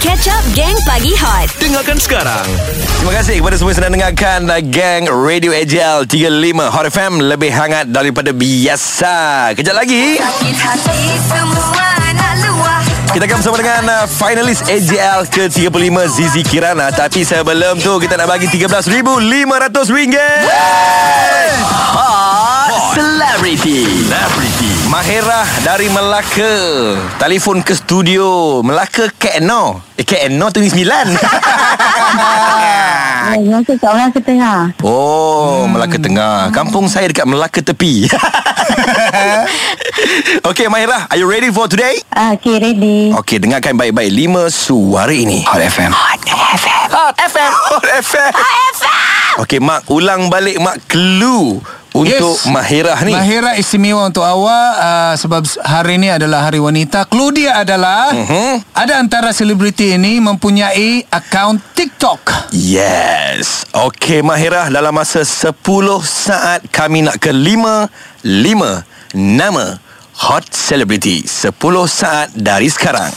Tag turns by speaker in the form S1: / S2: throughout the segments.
S1: Catch Up Gang Pagi Hot
S2: Dengarkan sekarang Terima kasih kepada semua yang sedang dengarkan uh, Gang Radio AJL 35 Hot FM Lebih hangat daripada biasa Kejap lagi
S1: Sakit hati semua nak luah
S2: Kita akan bersama dengan uh, finalis AJL ke-35 Zizi Kirana Tapi sebelum tu kita nak bagi RM13,500 ringgit Celebrity Celebrity Mahirah dari Melaka Telefon ke studio Melaka KNO Eh KNO tu ni 9
S3: Ya, Melaka kat Melaka Tengah.
S2: Oh, hmm. Melaka Tengah. Kampung saya dekat Melaka Tepi. okay, Mahirah, are you ready for today?
S3: Ah, okay, ready.
S2: Okay, dengarkan baik-baik lima suara ini. Hot FM. Hot FM. Hot FM. Hot FM. Hot FM. Okay, Mak, ulang balik Mak clue untuk yes. Mahirah Ah, ni.
S4: Mahirah istimewa untuk awak uh, Sebab hari ini adalah hari wanita Clue dia adalah
S2: Mhm.
S4: Ada antara selebriti ini mempunyai akaun TikTok
S2: Yes. Okey Mahirah dalam masa 10 saat kami nak ke 5 5 nama hot celebrity 10 saat dari sekarang.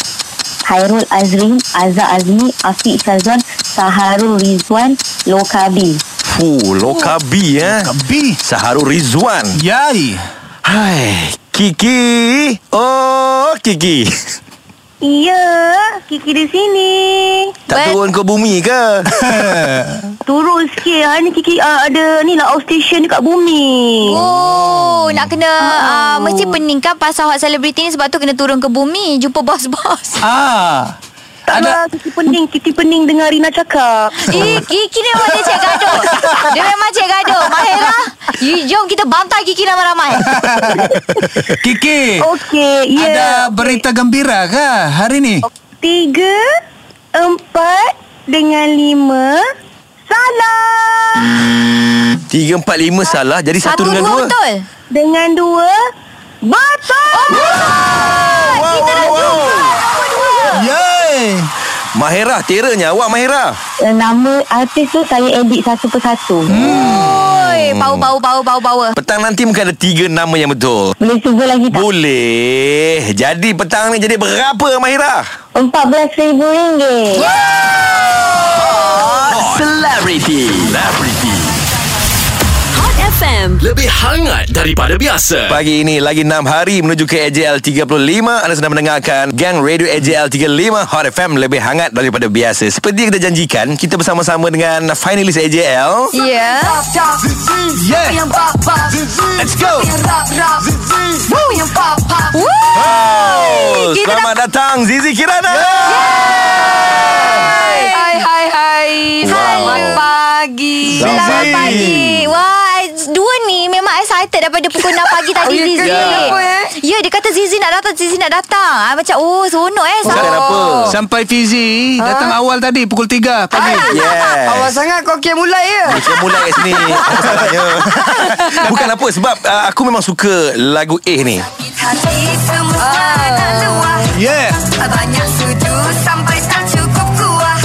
S3: Khairul Azrin, Azza Azmi, Afiq Sazwan, Saharul Rizwan, Lokabi.
S2: Fuh, Lokabi eh.
S4: Kabi
S2: Saharul Rizwan.
S4: Yai
S2: Hai, Kiki. Oh, Kiki.
S3: Ya, Kiki di sini.
S2: Tak turun ke bumi ke?
S3: Turun sikit. Hari ni Kiki uh, ada ni lah outstation dekat bumi.
S5: Oh, nak kena oh. Uh, mesti peningkan pasal hot celebrity ni sebab tu kena turun ke bumi jumpa bos-bos.
S4: Ah
S3: Tak
S4: ada
S3: lah, Kiki pening. Kiki pening dengar Rina cakap.
S5: Eh, Kiki ni memang dia cik gaduh. Dia memang cik gaduh. Mahira, you, jom kita bantai Kiki ramai-ramai.
S4: Kiki
S3: Okey, ya.
S4: Ada berita gembira ke hari ini?
S3: Tiga, empat, dengan lima. Salah.
S2: Tiga, empat, lima salah. Jadi satu,
S5: Satu,
S2: dengan
S5: dua
S2: dua.
S5: betul.
S3: Dengan dua, batal.
S5: Kita dah jumpa.
S4: Yai
S2: Mahirah, teranya awak Mahirah.
S3: Eh, nama artis tu saya edit satu persatu. Hmm.
S5: Oi, bau bau bau bau bau.
S2: Petang nanti mungkin ada tiga nama yang betul.
S3: Boleh cuba lagi tak?
S2: Boleh. Jadi petang ni jadi berapa Mahirah?
S3: RM14,000.
S2: Celebrity.
S1: Hot FM
S6: Lebih hangat daripada biasa
S2: Pagi ini lagi 6 hari menuju ke AJL 35. Anda sedang mendengarkan Gang Radio AJL 35 Hot FM lebih hangat daripada biasa. Seperti yang kita janjikan, kita bersama-sama dengan finalis AJL.
S5: Ya.
S2: Yeah.
S5: Yeah.
S2: Let's go.
S5: Woo!
S2: Oh,
S5: Kita
S2: selamat datang Zizi Kirana.
S5: Hai hai hai. Selamat
S2: Wow.
S5: pagi. Selamat
S2: Zizi.
S5: pagi. Wah, dua ni memang excited daripada pukul 6 pagi tadi oh, Zizi.
S2: kenapa,
S5: Ya, dia kata Zizi nak datang, Zizi nak datang. Ah, macam oh, seronok eh.
S2: Bukan
S5: sama.
S2: apa.
S4: Sampai Fizi Datang awal tadi Pukul 3 pagi
S2: Yes.
S7: Awal sangat kau kira mulai ya.
S2: Kita mulai kat sini Apa salahnya Bukan apa Sebab uh, aku memang suka Lagu A ni
S1: Hati semua nak luah
S4: Yeah
S1: Banyak sudu sampai tak cukup kuah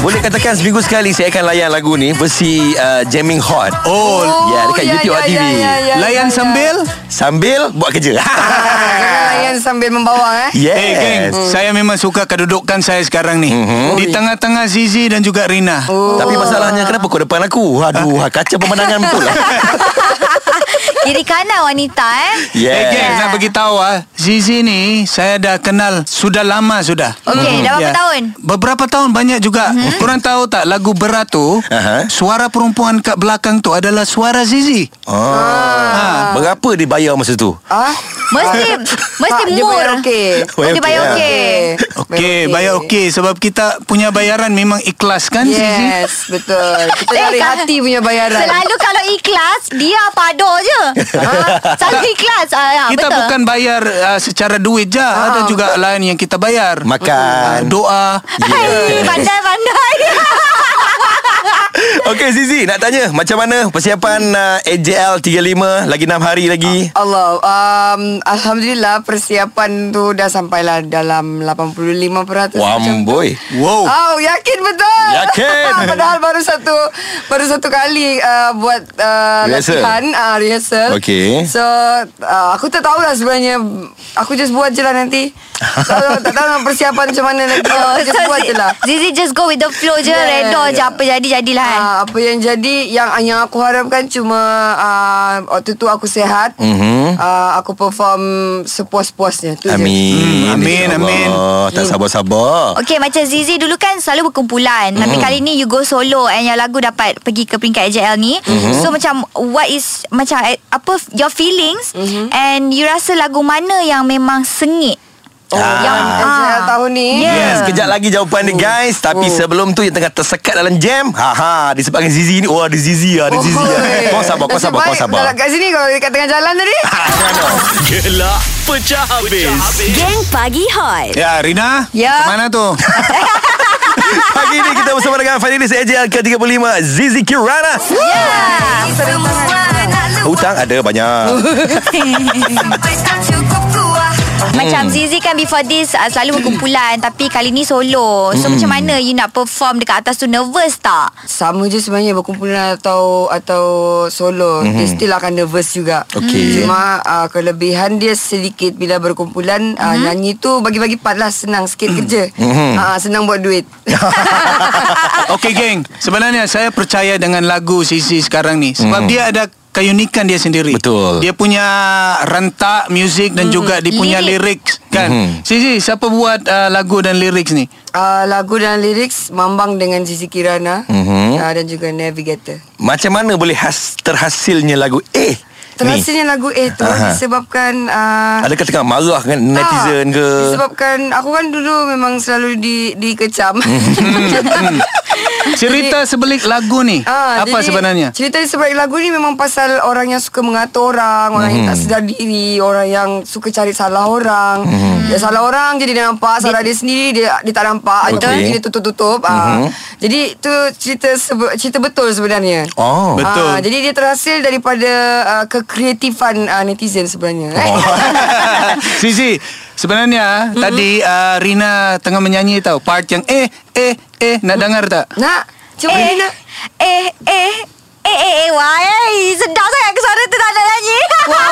S2: Boleh katakan seminggu sekali Saya akan layan lagu ni Versi uh, Jamming Hot Oh Ya yeah, dekat
S7: ya,
S2: YouTube
S7: ya,
S2: yeah, TV
S7: ya, ya, ya.
S4: Layan sambil
S2: Sambil buat kerja
S7: Jangan layan sambil membawang eh.
S2: Yes
S4: Hey geng, saya memang suka kedudukan saya sekarang ni.
S2: Mhm.
S4: Di tengah-tengah Zizi dan juga Rina.
S2: Tapi masalahnya Kenapa kau depan aku Aduh ha, Kaca pemandangan betul lah
S5: Kiri kanan wanita eh.
S4: Hey
S2: Yes
S4: geng, nak beritahu ah, Zizi ni saya dah kenal sudah lama sudah.
S5: Okey, dah berapa
S4: Ya.
S5: tahun?
S4: Beberapa tahun banyak juga. Korang tahu tak lagu berat tu,
S2: Aha.
S4: suara perempuan kat belakang tu adalah suara Zizi.
S2: Ah. Berapa dia bayar masa tu
S7: Ah,
S5: Mesti mesti
S7: Pak, dia
S5: mur.
S7: bayar okey.
S5: Oh,
S7: Ah.
S5: dia bayar
S2: Bayar okey,
S5: okey. Eh,
S4: Okey, bayar okey sebab kita punya bayaran memang ikhlas kan Zizi?
S7: Yes, betul. Kita dari
S5: Eh, kan-
S7: hati punya bayaran.
S5: Selalu kalau ikhlas Dia pado je ha? Selalu ikhlas ah,
S4: Kita
S5: betul.
S4: bukan bayar uh, secara duit je, ada juga lain yang kita bayar.
S2: ah.
S4: Ah,
S2: Makan
S4: Doa.
S5: Hai, pandai-pandai
S2: Okey Zizi nak tanya macam mana persiapan uh, AJL 35 lagi 6 hari lagi.
S7: Allah um, Alhamdulillah Persiapan tu Dah sampailah Dalam 85% macam tu.
S2: Wamboi.
S4: Wow.
S7: Oh, yakin betul.
S2: Yakin.
S7: Padahal baru satu baru satu kali uh, buat uh,
S2: Rehearsal.
S7: latihan, uh, rehearsal.
S2: Okey.
S7: So, uh, aku tak tahu lah sebenarnya. Aku just buat je lah nanti. tak, tak tahu nak persiapan macam mana nanti.
S5: Oh,
S7: Aku just
S5: so
S7: buat je lah.
S5: Zizi just go with the flow je
S7: Yeah, yeah,
S5: Redor je
S7: yeah.
S5: apa jadi Jadilah kan
S7: Ah, apa yang jadi yang yang aku harapkan cuma ah, waktu tu aku sihat.
S2: Mhm.
S7: Ah, aku perform sepuas-puasnya tu je.
S2: Amin.
S4: Hmm, amin, amin.
S2: InsyaAllah.
S7: Hmm.
S2: Tak sabar-sabar.
S5: Okay macam Zizi dulu kan selalu berkumpulan mm. Tapi kali ni you go solo And yang lagu dapat pergi ke peringkat AJL ni mm-hmm. So macam what is Macam eh, apa f- your feelings
S7: Hmm.
S5: mm-hmm. And you rasa lagu mana yang memang sengit
S7: Oh, yang
S5: Ah.
S7: ah. tahun ni.
S2: Yes,
S5: Yeah.
S2: kejap lagi jawapan dia
S4: Oh.
S2: guys Tapi sebelum tu yang tengah tersekat dalam jam Haha, disebabkan Zizi ni Oh ada Zizi lah, ada Zizi lah
S7: Oi.
S2: Kau sabar, kau
S7: Nasib
S2: sabar, kau
S7: baik
S2: sabar Ah.
S7: Kalau kat sini Kalau dekat tengah jalan tadi
S6: Gelak pecah habis.
S8: Geng Pagi Hot.
S4: Ya, Rina.
S7: Ya.
S4: Macam mana tu?
S2: Pagi ni kita bersama dengan Fanilis AJL ke-35 Zizi Kirana
S7: Ah,
S1: Semua nak lupa
S2: Hutang ada banyak
S1: Sampai tak cukup kuah
S2: Hmm.
S5: Macam Zizi kan before this uh, Selalu berkumpulan Tapi kali ni solo So
S2: Hmm.
S5: macam mana you nak perform Dekat atas tu nervous tak
S7: Sama je sebenarnya Berkumpulan atau Atau solo mm-hmm. Dia still akan nervous juga
S2: Mhm. Okey.
S7: Cuma uh, Kelebihan dia sedikit Bila berkumpulan mm-hmm. uh,
S2: Mhm.
S7: Nyanyi tu Bagi-bagi part lah Senang
S2: Hmm.
S7: sikit kerja mm-hmm. uh, Senang buat duit
S4: Okey, geng. Sebenarnya saya percaya dengan lagu Sisi sekarang ni. Sebab dia ada keunikan dia sendiri.
S2: Betul.
S4: Dia punya rentak muzik
S7: Hmm,
S4: dan juga dia punya lirik kan. Sisi, siapa buat uh, lagu dan lirik ni?
S7: uh, Lagu dan lirik Mambang dengan Zizi Kirana
S2: Mhm.
S7: mm-hmm. uh, Dan juga Navigator
S2: Macam mana boleh has, terhasilnya lagu Eh ni
S7: Terhasilnya lagu A tu
S2: Aha.
S7: Disebabkan uh,
S2: Adakah tengah marah dengan netizen
S7: Tak.
S2: ke
S7: Disebabkan Aku kan dulu Memang selalu di, dikecam
S2: Mhm.
S4: Cerita sebelik lagu ni.
S7: Ah,
S4: apa
S7: jadi
S4: sebenarnya?
S7: Cerita di sebalik lagu ni memang pasal orang yang suka mengatur orang, orang yang tak sedar diri, orang yang suka cari salah orang. Dia salah orang jadi dia nampak, salah dia sendiri dia dia tak nampak,
S2: Betul.
S7: jadi dia tutup-tutup. Ah. Jadi tu cerita sebe- cerita betul sebenarnya.
S2: Oh
S4: Betul.
S7: Ah, jadi dia terhasil daripada uh, kekreatifan uh, netizen sebenarnya. Eh?
S4: Oh. Sisi Sebenarnya
S7: Hmm.
S4: mm-hmm. Tadi uh, Rina Tengah menyanyi tau Part yang Eh Eh Eh Nak
S7: Hmm.
S4: dengar tak?
S7: Nak cuba eh. nak.
S5: Eh Eh Eh eh eh Wah eh Sedap sangat ke suara tu Tak nak nyanyi Wah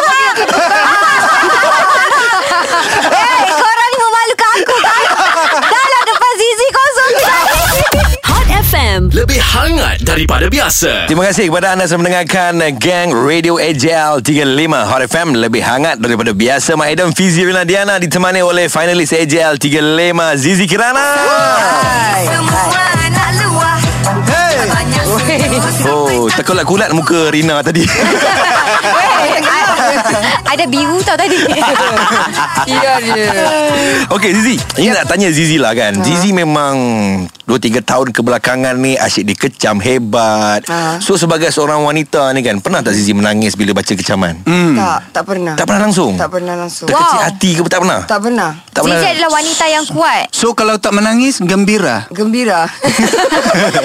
S5: Eh korang ni memalukan aku kan Dah lah depan Zizi kosong tu
S8: Hot FM.
S6: Lebih hangat daripada biasa.
S2: Terima kasih kepada anda yang mendengarkan Gang Radio AJL 35 Hot FM Lebih hangat daripada biasa Mak Adam Fizi Rina Diana Ditemani oleh finalis AJL 35 Zizi Kirana
S1: Semua nak luah Banyak sudu sampai
S2: Oh,
S1: tak
S2: terkulat-kulat muka Rina tadi
S5: Eh, Ada biru tau tadi Ah,
S7: Ya dia.
S2: ah. Okey Zizi Ini
S7: Ya.
S2: nak tanya Zizi lah
S7: Ha.
S2: kan Zizi memang 2-3 tahun kebelakangan ni Asyik dikecam hebat
S7: Ha.
S2: So sebagai seorang wanita ni kan Pernah tak Zizi menangis bila baca kecaman?
S7: Tak tak pernah.
S2: Tak pernah langsung?
S7: Hmm. Tak pernah langsung.
S2: Terkecil
S5: Wow.
S2: hati ke tak pernah?
S7: Tak pernah.
S2: tak pernah
S5: Zizi adalah wanita yang kuat
S4: So kalau tak menangis Gembira
S7: Gembira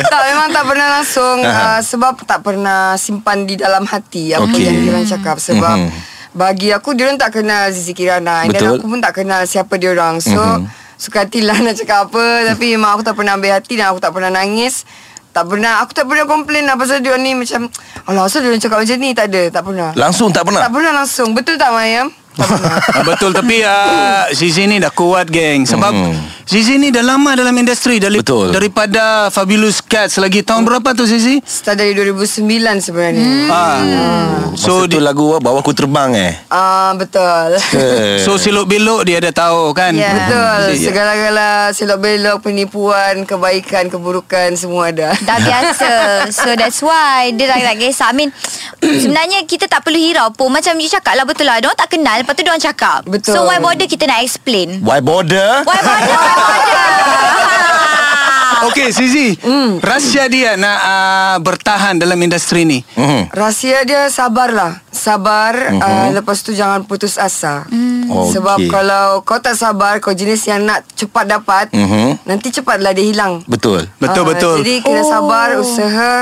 S7: Tak memang tak pernah langsung uh, Sebab tak pernah simpan di dalam hati Apa
S2: Okey.
S7: okay. yang diorang cakap Sebab
S2: Mhm.
S7: bagi aku diorang tak kenal Zizi Kirana
S2: Betul. Mhm.
S7: Dan aku pun tak kenal siapa diorang So suka hatilah nak cakap apa Tapi memang aku tak pernah ambil hati Dan aku tak pernah nangis tak pernah Aku tak pernah komplain lah Pasal diorang ni macam Alah asal diorang cakap macam ni Tak ada Tak pernah
S2: Langsung tak pernah?
S7: Tak pernah langsung Betul tak Mayam? Tak pernah
S4: Ah, Betul tapi uh, Sisi ni dah kuat geng Sebab mm. Sisi ni dah lama dalam industri dari,
S2: Hmm. Betul.
S4: Daripada Fabulous Cats Lagi tahun berapa tu Sisi?
S7: Start dari 2009 sebenarnya
S2: Hmm.
S4: Ah.
S2: So
S4: So
S2: Masa tu
S4: di,
S2: lagu apa? Bawa aku terbang eh
S7: Ah Betul
S4: So siluk belok dia dah tahu kan
S7: Yeah. Ya, Betul
S4: Sisi.
S7: Segala-gala Silok belok Penipuan Kebaikan Keburukan Semua ada
S5: Dah biasa So that's why Dia tak, tak kisah I mean Sebenarnya kita tak perlu hirau pun Macam you cakap lah betul lah Diorang tak kenal Lepas tu diorang cakap
S7: Betul.
S5: So why bother kita nak explain
S2: Why border?
S5: Why bother Why bother
S4: Okey Sisi Rahsia dia nak uh, Bertahan dalam industri ni
S2: Mhm.
S7: Rahsia dia sabarlah Sabar mm-hmm. uh, Lepas tu jangan putus asa mm.
S2: Oh, Okey.
S7: Sebab kalau kau tak sabar Kau jenis yang nak cepat dapat
S2: Mhm.
S7: Nanti cepatlah dia hilang
S2: Betul
S4: Betul
S7: Ah,
S4: betul
S7: Jadi kena sabar Usaha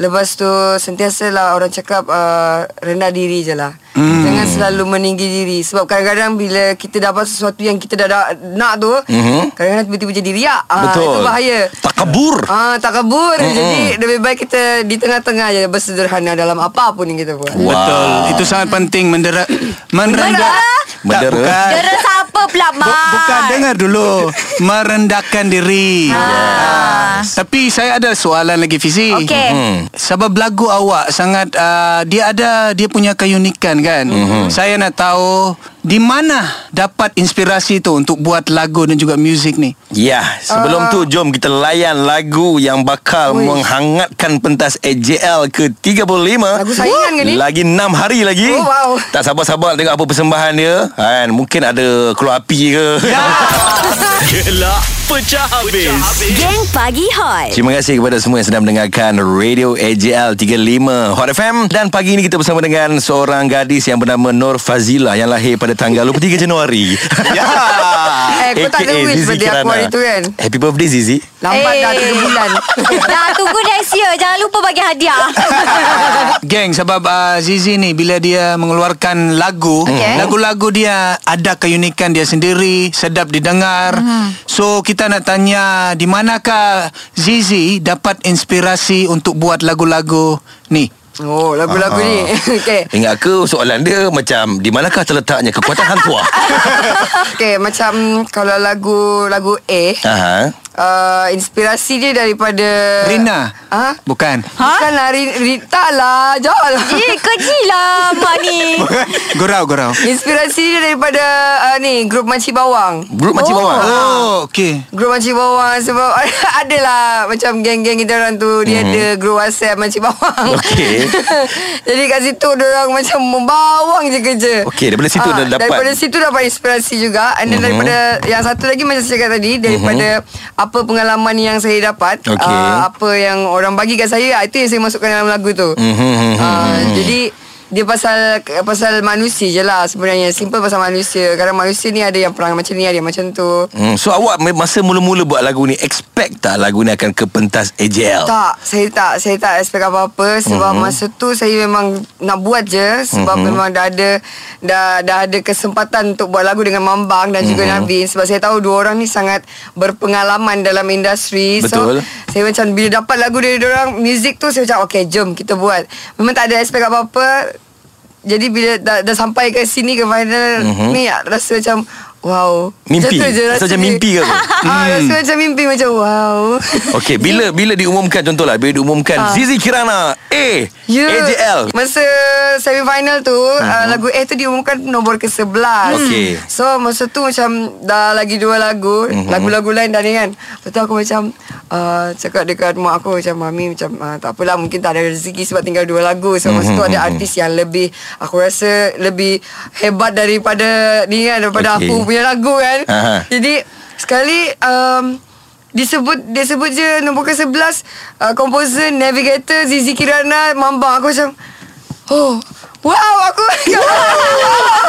S7: Lepas tu sentiasalah orang cakap uh, rendah diri je lah. Hmm. Jangan selalu meninggi diri sebab kadang-kadang bila kita dapat sesuatu yang kita dah, dah nak tu,
S2: Mhm.
S7: mm-hmm. kadang-kadang tiba-tiba jadi riak. Ah,
S2: Betul. Hmm,
S7: Itu bahaya.
S2: Takabur.
S7: Ah, tak kabur mm-hmm. Jadi lebih baik kita Di tengah-tengah je Bersederhana dalam apa pun yang kita buat
S2: Wah.
S4: Betul. Itu sangat penting mendera merendah.
S2: Mendera?
S4: Tak, bukan.
S5: Dera siapa pula
S4: Bu-
S5: Mat?
S4: bukan dengar dulu merendahkan diri. Ah. Tapi saya ada soalan lagi Fizi.
S5: Okey. Mhm.
S4: Sebab lagu awak sangat uh, dia ada dia punya keunikan kan. Saya nak tahu di mana dapat inspirasi tu untuk buat lagu dan juga muzik ni.
S2: Ya, sebelum
S7: Ah.
S2: tu jom kita layan lagu yang bakal Ui. menghangatkan pentas AJL ke-35.
S7: Lagu saingan ke ni?
S2: Lagi 6 hari lagi.
S7: Oh, wow.
S2: Tak sabar-sabar nak tengok apa persembahan dia. Kan, mungkin ada keluar api ke.
S7: Ya.
S6: Gelak pecah habis.
S8: Geng Pagi Hot.
S2: Terima kasih kepada semua yang sedang mendengarkan Radio AJL 35 Hot FM Dan pagi ini kita bersama dengan seorang gadis yang bernama Nur Fazila Yang lahir pada tanggal 23 Januari Ya
S7: Eh, kau tak ada wish birthday aku hari tu kan?
S2: Happy birthday Zizi
S7: Lambat dah
S5: Eh.
S7: 3 bulan
S5: Dah tunggu next year Jangan lupa bagi hadiah
S4: Geng sebab uh, Zizi ni bila dia mengeluarkan lagu,
S5: Okey.
S4: lagu-lagu dia ada keunikan dia sendiri, sedap didengar. So kita nak tanya di manakah Zizi dapat inspirasi untuk buat lagu-lagu ni?
S7: Oh lagu-lagu ni
S2: Ah,
S7: Okay
S2: Ingat ke soalan dia macam Di manakah terletaknya kekuatan hang tua
S7: Okay macam Kalau lagu Lagu A
S2: Aha.
S7: uh, Inspirasi dia daripada
S4: Rina.
S7: Ha?
S4: Bukan.
S7: Bukanlah Rin- Rita lah Jawab lah
S5: Eh keji lah Mak ni
S4: Gurau-gurau.
S7: Inspirasi dia daripada uh, Ni Grup Makcik Bawang Ha.
S2: Grup Makcik Bawang
S7: Ah.
S4: Oh, okey.
S7: Grup Makcik Bawang Sebab adalah Macam geng-geng kita orang tu Dia ada grup WhatsApp Makcik Bawang
S2: Mhm. Okey.
S7: Jadi kat situ dia orang macam Membawang je kerja
S2: Okey, daripada situ
S7: Ah,
S2: dah dapat. Mhm.
S7: Daripada situ dapat inspirasi juga And then daripada Yang satu lagi macam saya cakap tadi Daripada Apa pengalaman yang saya dapat
S2: Okey.
S7: ah, Apa yang orang bagi kat saya ah, Itu yang saya masukkan dalam lagu tu
S2: Mhm.
S7: Ah, Jadi dia pasal pasal manusia je lah sebenarnya simple pasal manusia kadang manusia ni ada yang perang macam ni ada yang macam tu
S2: Hmm, so awak me- masa mula-mula buat lagu ni expect tak lagu ni akan ke pentas AJL?
S7: Tak, saya tak saya tak expect apa-apa
S2: Mhm.
S7: sebab mm-hmm. masa tu saya memang nak buat je sebab mm-hmm. memang dah ada dah dah ada kesempatan untuk buat lagu dengan Mambang dan
S2: Mhm.
S7: mm-hmm. juga Navin sebab saya tahu dua orang ni sangat berpengalaman dalam industri.
S2: Betul.
S7: So saya macam bila dapat lagu dari orang music tu saya macam okey jom kita buat. Memang tak ada expect apa-apa. Jadi bila dah, dah sampai ke sini ke final mm-hmm. ni rasa macam wow.
S2: Mhm. Mimpi.
S7: Macam tu je
S2: Rasa
S7: rasa
S2: macam
S7: dia.
S2: mimpi ke apa? Hmm.
S7: Ah, rasa macam mimpi macam wow.
S2: Okey, bila bila diumumkan contohlah bila diumumkan uh. Zizi Kirana A
S7: Ah. Ya.
S2: AJL.
S7: Masa semifinal tu uh-huh. uh, Lagu A tu diumumkan nombor ke-11
S2: Okey. Mhm.
S7: So masa tu macam Dah lagi dua lagu uh-huh. Lagu-lagu lain dah ni kan Lepas tu aku macam uh, Cakap dekat mak aku Macam mami macam uh, Tak apalah mungkin tak ada rezeki Sebab tinggal dua lagu So masa
S2: Mhm,
S7: tu ada artis yang lebih Aku rasa lebih Hebat daripada Ni kan
S2: Okey.
S7: Daripada okay. aku punya lagu kan
S2: Aha.
S7: Jadi Sekali um, Disebut Dia sebut je Nombor ke-11 uh, Composer Navigator Zizi Kirana Mambang Aku macam Oh Wow aku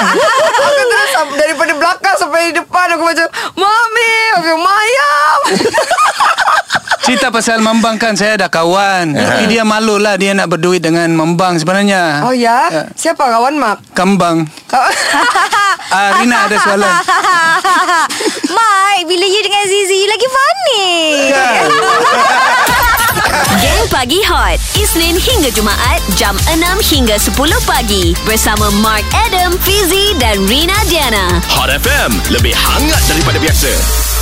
S7: Aku terus sam- Daripada belakang Sampai depan Aku macam Mami Aku macam Mayam
S4: Cerita pasal Mambang kan saya ada kawan. Tapi dia malu lah dia nak berduit dengan Mambang sebenarnya.
S7: Oh ya Siapa kawan mak
S4: Kambang. Ah, Rina ada soalan.
S5: Mak Bila you dengan Zizi You lagi funny
S4: Kan?
S8: Geng Pagi Hot. Isnin hingga Jumaat jam 6 hingga 10 pagi bersama Mark Adam, Fizi dan Rina Diana.
S6: Hot FM, lebih hangat daripada biasa.